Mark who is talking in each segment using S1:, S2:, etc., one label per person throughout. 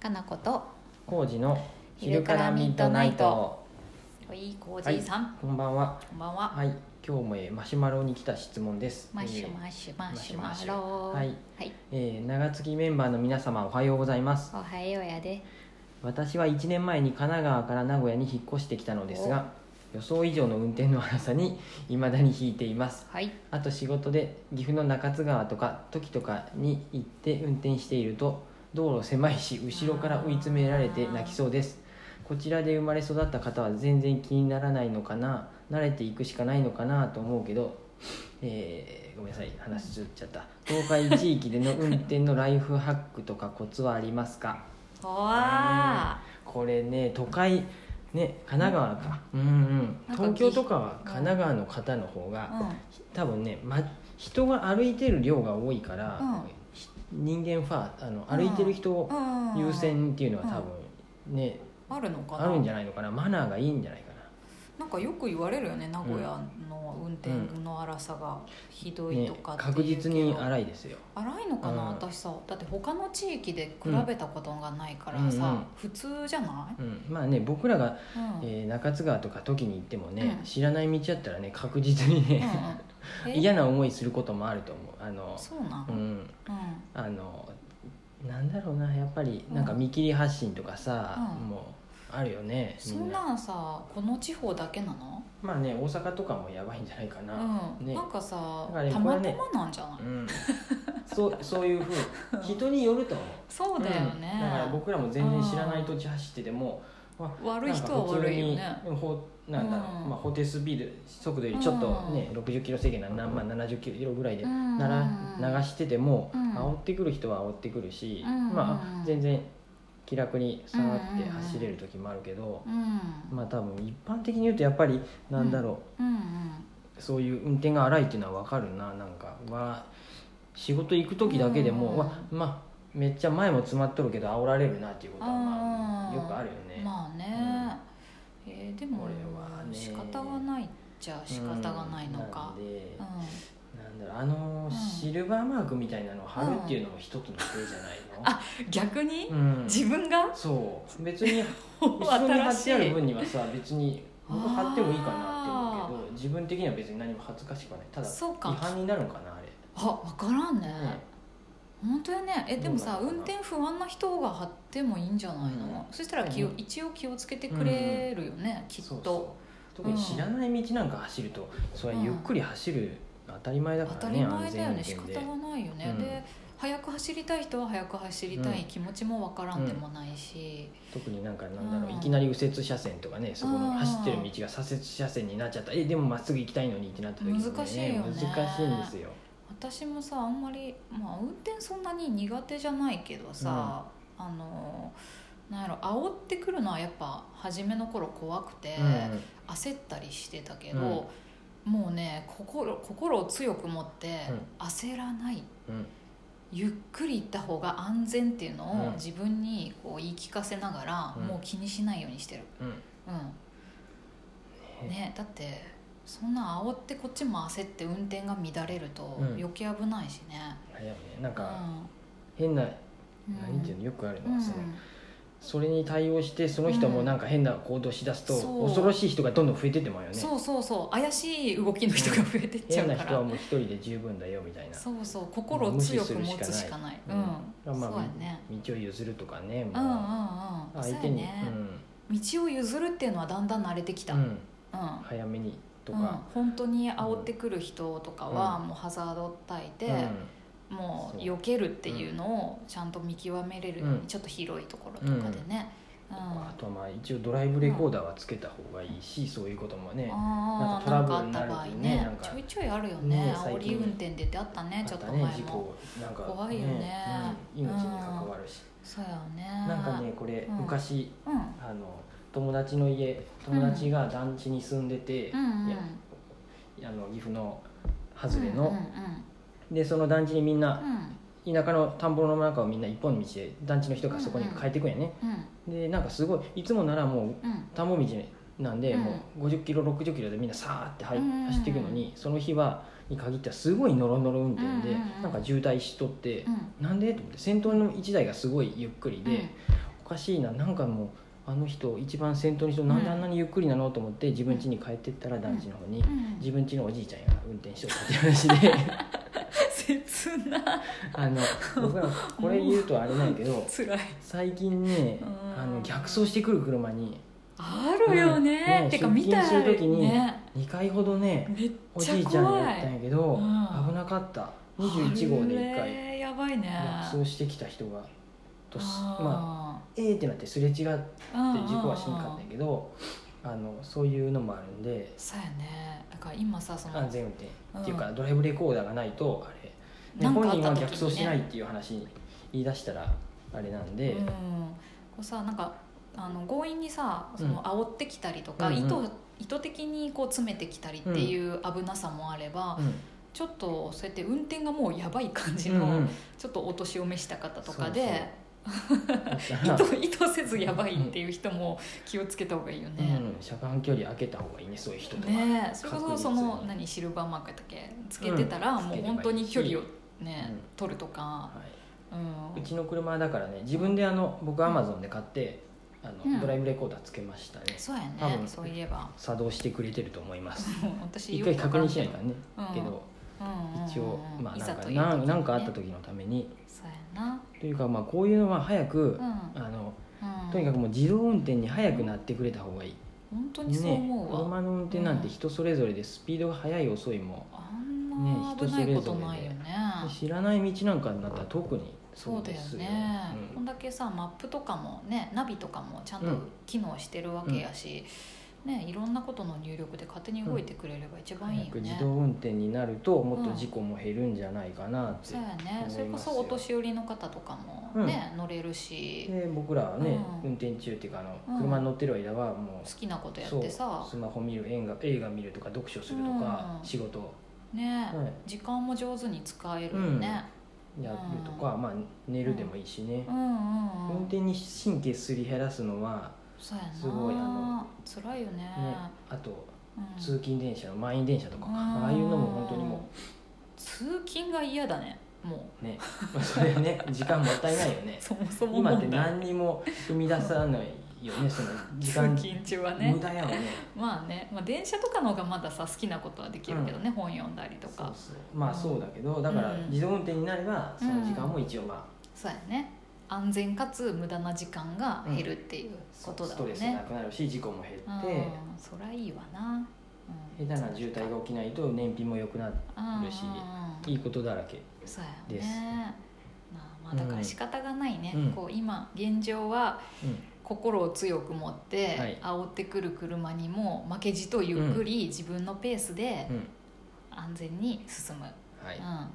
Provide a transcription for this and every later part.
S1: かなこと
S2: 工事の昼からミッドナイト。
S1: おいこうじいさん、
S2: こんばんは。
S1: こんばんは
S2: はい、今日もえーマシュマロに来た質問です。
S1: マッシュマッシュマッシュマロ
S2: はい、
S1: はい
S2: えーえー長月メンバーの皆様おはようございます。
S1: おはようやで
S2: 私は1年前に神奈川から名古屋に引っ越してきたのですが、予想以上の運転の荒さに未だに引いています。
S1: はい
S2: あと仕事で岐阜の中津川とか時とかに行って運転していると道路狭いし後ろから追い詰められて泣きそうですこちらで生まれ育った方は全然気にならないのかな慣れていくしかないのかなと思うけど、えーごめんなさい話しずっちゃった東海地域での運転のライフハックとかコツはありますか
S1: おわ
S2: これね都会ね神奈川かうんうん東京とかは神奈川の方の方が、
S1: ーうん
S2: 多分ね、ま、人が歩いてる量が多いから、
S1: うん
S2: ひ人間ファーあの歩いてる人を
S1: うん
S2: 優先っていうのは多分ね、
S1: あるのかな
S2: あるんじゃないのかなマナーがいいんじゃないか
S1: なんかよく言われるよね名古屋の運転の荒さがひど
S2: な、
S1: い
S2: ね
S1: とか、っていうけ
S2: 確
S1: ど、
S2: 実に荒いですよ
S1: 荒いのかな、
S2: うん
S1: 私さだって他の地域で比べたことがないから
S2: うん
S1: さ、
S2: うんうん
S1: 普通じゃな
S2: うん、まあね僕らが、
S1: い、うん
S2: えー中津川とか時に行ってもね、
S1: うん
S2: 知らない道だったらね確実にね、
S1: うん うんえ
S2: 嫌な思いすることもあると思うあの
S1: そうなん、
S2: う
S1: うん
S2: んあのなんだろうなやっぱりなんか見切り発信とかさ、
S1: うん
S2: もうあるよね
S1: そんなんさこの地方だけなの、
S2: まあね大阪とかもやばいんじゃないかな、
S1: うん
S2: ね
S1: なんかさ
S2: だからね
S1: たま
S2: これ
S1: た
S2: ね
S1: まなんじゃない、
S2: うんそうそういうふう人によると思
S1: そう
S2: う
S1: だよ
S2: うん
S1: ね、
S2: だから僕らも全然知らない土地走っててもわ
S1: 悪い人は
S2: なんか普通
S1: 悪いよ
S2: に
S1: ね
S2: ほなんだろう、
S1: うん
S2: まあ、法定スピード速度よりちょっとね、60キロ制限なら、まあ、70キロぐらいでなら、流してても、
S1: うん
S2: 煽ってくる人は煽ってくるし、
S1: うん
S2: まあ全然気楽に下がって走れる時もあるけど、
S1: うん
S2: まあ多分一般的に言うとやっぱりなんだろう、
S1: うんうん
S2: そういう運転が荒いっていうのは分かるななんかわ仕事行く時だけでも、
S1: うん
S2: わまあめっちゃ前も詰まっとるけど煽られるなっていうことは、ま
S1: う
S2: あ、
S1: ん
S2: よくあるよね、
S1: まあね、えーでも
S2: これはね
S1: 仕方がないっちゃ仕方がないのか、
S2: うんなんで
S1: うん、
S2: なんだろうあの
S1: ん
S2: シルバーマークみたいなのを貼るっていうのも一つの手じゃないの、
S1: あ逆に、
S2: うん
S1: 自分が
S2: そう 別に後ろに
S1: 新
S2: 貼っ
S1: して
S2: あ
S1: い
S2: る分にはさ別に僕貼ってもいいかなって思うけど自分的には別に何も恥ずかしくはないただ違
S1: そうか
S2: 反になるのかなあれ、
S1: あ分からんね、
S2: ね
S1: 本当やねえでもさ
S2: どう
S1: 運
S2: なのかな
S1: 転不安な人が貼ってもいいんじゃないの、
S2: う
S1: そしたら気を、
S2: うん
S1: 一応気をつけてくれるよね、きっ
S2: そう
S1: と
S2: そう特に知らない道なんか走ると、それはゆっくり走る当たり前だ
S1: 当
S2: か
S1: た
S2: ら
S1: り
S2: ね
S1: 前だよね
S2: 安
S1: 仕
S2: 全
S1: 方
S2: 運転で
S1: がないよね、
S2: うん
S1: で早く走りたい人は早く走りたい、
S2: うん
S1: 気持ちも分からんでもないし、
S2: 特になんかなんだろう、
S1: うん
S2: いきなり右折車線とかねそこ
S1: うん
S2: の走ってる道が左折車線になっちゃった、えでもまっすぐ行きたいのにってなった時に、
S1: 難しいよね
S2: 難しいんですよ
S1: 私もさあんまり、まあ、運転そんなに苦手じゃないけどさ、あのなんやろ煽ってくるのはやっぱ初めの頃怖くて、焦ったりしてたけど、もうね心心を強く持って、焦らない
S2: うんうん
S1: ゆっくり行った方が安全っていうの
S2: う
S1: を
S2: ん
S1: 自分にこう言い聞かせながら、
S2: うん
S1: もう気にしないようにしてる、
S2: うん
S1: うんね、だってそんな煽ってこっちも焦って運転が乱れると
S2: うん
S1: 余計危ないしね、
S2: あれだよねなん
S1: うん
S2: か変な、
S1: うん
S2: 何ていうのよくある
S1: う
S2: の
S1: ん
S2: はその、それに対応してその人もなんか変な行動しだすと、
S1: うんそう
S2: 恐ろしい人がどんどん増えてってまうよね
S1: そうそうそう怪しい動きの人が増えてっちゃ
S2: 変
S1: う
S2: な
S1: か
S2: 人
S1: ら、
S2: はもう一人で十分だよみたいな
S1: そうそう心を強く持つしかない
S2: 無視するしかない
S1: うん、
S2: うんまあ
S1: そうやね
S2: 道を譲るとかね
S1: うんうんうん
S2: もう、
S1: そう
S2: 相
S1: や
S2: 手に、
S1: ね、道を譲るっていうのはだんだん慣れてきた、
S2: う
S1: うんん
S2: うん、早めにと
S1: うん
S2: か、、
S1: 本当に煽ってくる人とかはもうハザードを焚いて、もう避けるっていうのをちゃんと見極めれるように、
S2: うん
S1: ちょっと広いところとかでね、うん
S2: あとはまあ一応ドライブレコーダーはつけた方がいいし、そういうこともね、
S1: あー
S2: な
S1: なんん
S2: か
S1: か
S2: トラブル
S1: あった
S2: になる
S1: 場
S2: と
S1: 合
S2: ね
S1: ね
S2: なんか
S1: ちょいちょいあるよ
S2: ね
S1: ね
S2: 最
S1: 煽
S2: 近
S1: り運転で出会ったね
S2: あ
S1: ちょっ
S2: と
S1: と
S2: は
S1: 前
S2: ね
S1: も、
S2: 事故なんか、
S1: 怖いよね
S2: うん命に関わるし、
S1: そうやね
S2: なんかねこれ
S1: うん
S2: 昔、
S1: うん、
S2: あの友達の家友達が団地に住んでて、
S1: うんうん
S2: いやあの岐阜の外れ
S1: うんう
S2: の、でその団地にみんな田舎の田んぼの中をみんな一本道で団地の人がそこに帰ってくんやね、
S1: んうん
S2: でなんかすごいいつもならもう
S1: うんうん
S2: 田んぼ道なんで、
S1: うん
S2: もう50キロ60キロでみんなさーって入
S1: うんうんうん
S2: 走っていくのに、その日はに限ってはすごいノロノロ運転で、
S1: うんうんうん
S2: なんか渋滞しとって
S1: う、ん
S2: なんでと思って先頭の1台がすごいゆっくりで、かしいななんかもうあの人一番先頭の人なんであんなにゆっくりなのと思って自分家に帰ってったら大事の方に
S1: うん
S2: 自分家のおじいちゃんや運転しとったって話で
S1: 切な
S2: あの僕らこれ言うとあれなんやけど
S1: つらい
S2: 最近ね
S1: うん
S2: あの逆走してくる車に
S1: あるよね,、
S2: うんね
S1: てか見たら
S2: 出勤する時に
S1: ね
S2: 2回ほどね
S1: めっ
S2: お
S1: ちゃ
S2: じいちゃん
S1: 怖
S2: やったん
S1: い
S2: やけど
S1: うん
S2: 危なかった21号で1
S1: あ
S2: 回
S1: れやばいね
S2: 逆走してきた人がとすまあ
S1: あ
S2: えーってなってすれ違って事
S1: ーうんうんうん
S2: 故はしんかったんやけどあのそういうのもあるんで
S1: そうやねだから今さその
S2: 安全運転っていう
S1: う
S2: かドライブレコーダーがないとあれ、ね、
S1: なん
S2: 本
S1: かあっ
S2: 人は
S1: た時にね
S2: 逆走しないっていう話に言い出したらあれなんで、
S1: うん、こうさなんかあの強引にさそ
S2: うん
S1: の煽ってきたりとか、
S2: うんうん
S1: 意図意図的にこう詰めてきたりっていう危なさもあれば、
S2: うん
S1: ちょっとそうやって運転がもうやばい感じ
S2: うん
S1: の、
S2: うん
S1: ちょっとお年を召した方とかで
S2: だから
S1: 意図意図せずやばいっていう人も気をつけた方がいいよ
S2: う
S1: ね。
S2: ん、車間距離開けた方がいいねそういう人とか、
S1: ねえそれこ
S2: 確
S1: そ
S2: 実
S1: そ
S2: に
S1: の何シルバーマークだっけつけてたら、
S2: うん
S1: も
S2: つ
S1: う
S2: ければいいし
S1: 本当に距離をね、
S2: うん
S1: 取るとか、
S2: は
S1: うん
S2: い、うちの車はだからね自分であの僕アマゾンで買ってあの、
S1: うん
S2: ドライブレコーダーつけましたね
S1: そうや
S2: 多
S1: ね
S2: 分
S1: そういえば
S2: 作動してくれてると思います
S1: もう私
S2: 一
S1: よく
S2: 回
S1: わ
S2: 確
S1: ら
S2: 認
S1: ん
S2: しない
S1: ど
S2: からね、
S1: うん
S2: けど一応まあなん
S1: な
S2: か何なんかあった時のために
S1: そうやな
S2: というかまあこういうのは早く、
S1: う
S2: あの
S1: ん、うん、
S2: とにかくもう自動運転に早くなってくれた方がいい、
S1: 本当に
S2: ね
S1: そう思うわ、
S2: 車の運転なんて人それぞれでスピードが速い遅いも、
S1: あんな危ないことないよね
S2: 知らない道なんかになったら特に
S1: そうだよ
S2: です
S1: ね、
S2: う
S1: こ
S2: ん
S1: んだけさマップとかもねナビとかもちゃんと
S2: うん
S1: 機能してるわけやし、ねいろんなことの入力で勝手に動いてくれれば一番いい
S2: 早
S1: よ
S2: く自
S1: ね、
S2: 動運転になるともっと事故も減るんじゃないかなって、
S1: そうやねそれこそお年寄りの方とかもね、乗れるし
S2: で僕らはね、
S1: うん
S2: 運転中っていうかあの、
S1: うん
S2: 車に乗ってる間はもう
S1: 好きなことやってさ
S2: そうスマホ見る映画映画見るとか読書するとか、
S1: うん
S2: 仕事
S1: ね、
S2: はい
S1: 時間も上手に使えるよね、
S2: やるとか、まあ、寝るでもいいしね
S1: う、ん、うんうん
S2: 運転に神経すり減らすのは、
S1: そうやな
S2: すごいあの
S1: 辛いよね
S2: ねあと
S1: うん
S2: 通勤電車の満員電車とかか、
S1: うん
S2: ああいうのも本当にも
S1: 通勤が嫌だねも
S2: うね それね時間もったいないよね
S1: うそもそも
S2: 今って
S1: 問題
S2: 何にも生み出さないよねその時間
S1: 通勤中はね
S2: 無駄やもんね
S1: まあね、まあ、電車とかの方がまださ好きなことはできるけどね、本読んだりと
S2: そう
S1: か
S2: そうまあそうだけどだから
S1: うん
S2: 自動運転になればその時間も一応まあ
S1: そうやね安全かつ無駄な時間が減るっていう
S2: そ
S1: こと
S2: う
S1: だ
S2: ス
S1: も
S2: ト
S1: ん
S2: レスな
S1: ね、
S2: くなるし事故も減
S1: うん
S2: って、
S1: そりゃいいわな、うん、
S2: 下手な渋滞が起きないと燃費も良くなる
S1: うん
S2: し
S1: うん
S2: いいことだらけ
S1: そうや
S2: です
S1: ね、まあ、まあだか
S2: うん
S1: ら仕方がないね、
S2: うん
S1: こう今現状は
S2: うん
S1: 心を強く持って、
S2: はい
S1: 煽ってくる車にも負けじとゆっくり自分のペースで
S2: うん
S1: 安全に進む、
S2: はい
S1: うん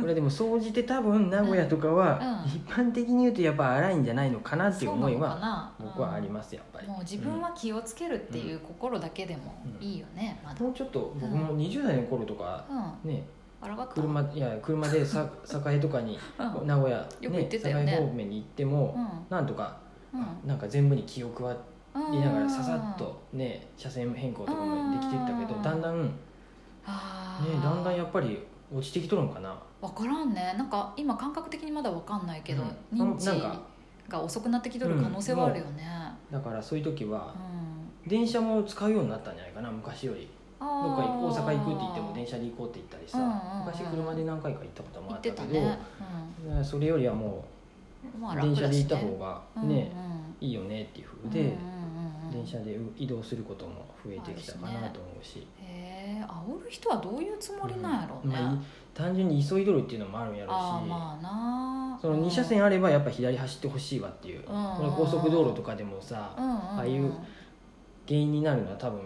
S2: これでも総じて多分名古屋とかは
S1: うん
S2: 一般的に言うとやっぱ荒いんじゃないのかなってい
S1: そ
S2: う
S1: う
S2: 思
S1: ないのか
S2: は
S1: な
S2: 僕はあり
S1: す、
S2: ますやっぱ
S1: う
S2: り
S1: んもう自分は気をつけるっていう心だけでもいいよね、まだ
S2: うんもうちょっと僕も20代の頃とか
S1: うん
S2: ね
S1: あらがく
S2: 車いや車 でさ栄とかに
S1: うん
S2: 名古屋
S1: よく行ってたよね
S2: 栄方面に行って
S1: うん
S2: もなんとか
S1: うん
S2: なんか全部に気を配
S1: うん
S2: りながらささっとね車線変更とかもできてったけ
S1: う
S2: ど
S1: ん
S2: だんだんね
S1: あー
S2: だんだんやっぱり落ちてきとるんかな
S1: わからんねなんか今感覚的にまだわかんないけど、
S2: うん
S1: 認知
S2: なんか
S1: が遅くなってきとる可能性はあるよね、
S2: だからそういう時は
S1: うん
S2: 電車も使うようになったんじゃないかな昔よりど
S1: ど
S2: っか大阪行くって言っても電車で行こうって言ったりさ、
S1: うんうんうん
S2: 昔車で何回か行ったことも
S1: 行
S2: あ
S1: っ
S2: って
S1: た
S2: たけ
S1: ね、
S2: ど、それよりはも
S1: うんまあ
S2: う
S1: 楽
S2: 電
S1: だしね
S2: 車で行った方がね、
S1: うん
S2: いいよねっていう
S1: う
S2: ふ
S1: ん
S2: うで、
S1: うんうんうん
S2: 電車で移動することも増えてきたかなと思うし、
S1: へえ煽る人はどういうつもりなんやろうね、
S2: まあい単純に急いどるっていうのもあるんやろうし
S1: ああまあな
S2: その2車線あればやっぱ左走ってほしいわっていう、
S1: ん
S2: これ高速道路とかでもさ、
S1: うんうんうん、
S2: ああいう原因になるのは多分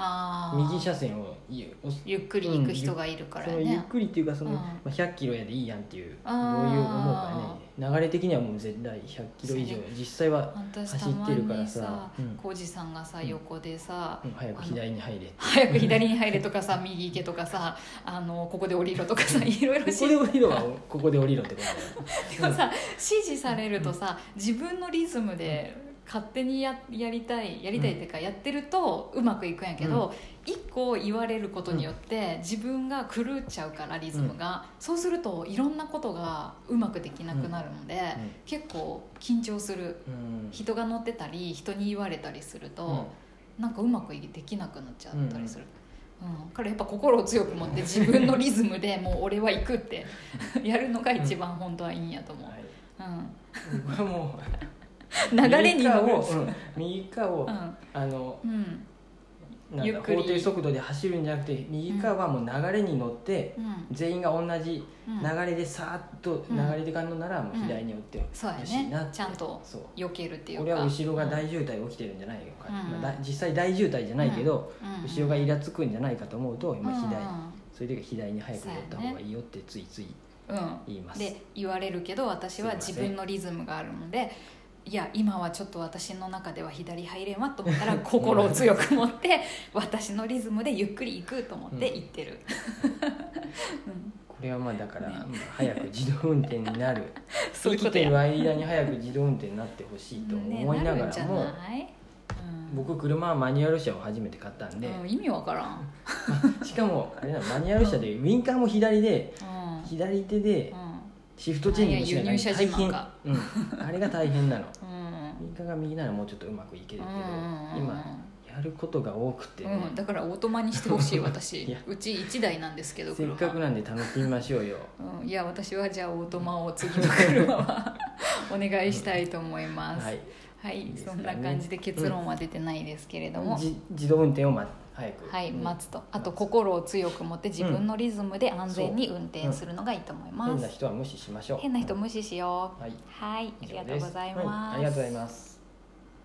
S1: あー
S2: 右車線をいおす
S1: ゆっくり行く人がいるから
S2: そ
S1: ね、
S2: のゆっくりっていうかその、
S1: うん
S2: まあ、100キロやでいいやんっていうど
S1: あ
S2: ういう
S1: ー
S2: 思うかね流れ的にはもう絶対100キロ以上
S1: そ
S2: 実際は、
S1: 私
S2: 走
S1: た
S2: っ
S1: ま
S2: てるから
S1: に
S2: さ
S1: さ
S2: うん
S1: 浩二、さんがさ
S2: うん
S1: 横でさ、
S2: うん早く左に入れって
S1: 早く左に入れとかさ右行けとかさあのここで降りろとかさいろいろ指
S2: ここ
S1: 示
S2: で降りろは ここで降りろってことだよ
S1: でもさ指示されるとさ自分のリズムで勝手にややりたいやりたいっていうか、やってるとうまくいくんやけど、一個言われることによって自分が狂っちゃうからリズムが、そうするといろんなことがうまくできなくなるので、結構緊張する
S2: うん
S1: 人が乗ってたり人に言われたりすると、
S2: うん
S1: なんかうまくできなくなっちゃったりする、うんだからやっぱ心を強く持って自分のリズムでもう俺は行くってやるのが一番本当はいいんやと思う、
S2: はい
S1: うん、
S2: 僕は もう
S1: 流れに乗る
S2: 右側を、うん右側を、あの
S1: うんうん
S2: なん
S1: ゆ
S2: だ
S1: っくり
S2: 法定速度で走るんじゃなくて右側はもう流れに乗って、
S1: うん
S2: 全員が同じ
S1: うん
S2: 流れでさーっと流れていかんのならもう左に寄って
S1: そうや
S2: ほしいなって、
S1: ねちゃんと
S2: そう
S1: 避けるっていうか
S2: 俺は後ろが大渋滞起きてるんじゃないか、
S1: うん
S2: まあだ実際大渋滞じゃないけど、
S1: うん
S2: 後ろがイラつくんじゃないかと思うと今左、
S1: う
S2: そういう時は左に早く寄った方がいいよってついつい
S1: んうん
S2: 言います、
S1: で言われるけど私は自分のリズムがあるのでいや今はちょっと私の中では左入れんわと思ったら 心を強く持って私のリズムでゆっくり行くと思って行って る、うん、
S2: これはまあだから、まあ早く自動運転になる
S1: そういうこ
S2: 生き
S1: と
S2: て
S1: や
S2: る間に早く自動運転になってほしいと思いなが
S1: ねるんじ
S2: ら
S1: ゃ
S2: も、
S1: ないうん
S2: 僕車はマニュアル車を初めて買ったんで、
S1: うん、意味わからん、
S2: しかもあれなのマニュアル車でウインカーも左で
S1: うん
S2: 左手で
S1: う
S2: シフトチェンジもしなきゃ
S1: あいや
S2: いけない
S1: 輸入車自慢か
S2: 大変うん、あれが大変なの
S1: ん
S2: ウインカーが右ならもうちょっとうまくいけるけど、
S1: うん
S2: 今やることが多くて、ね
S1: うん、だからオートマにしてほ しい
S2: い
S1: 私
S2: や
S1: うち1台なんですけど
S2: せっ
S1: 車
S2: かくなんで楽しみましょうよ
S1: うん、いや私はじゃあオートマを次の車はお願いしたいと思います、
S2: はい
S1: はい、
S2: いいです
S1: そ
S2: か
S1: ん
S2: ね
S1: な感じで結論は出てないですけれども、
S2: じ自動運転を、ま、早く、
S1: はい、
S2: うん
S1: 待つとあと心を強く持って自分のリズムで安全に運転するのがいいと思います、
S2: 変な人は無視しましょう
S1: 変な人無視しよう
S2: はい
S1: はいあ
S2: 以
S1: り
S2: 上
S1: がと
S2: で
S1: う
S2: す
S1: ございます、
S2: はいありがとうございます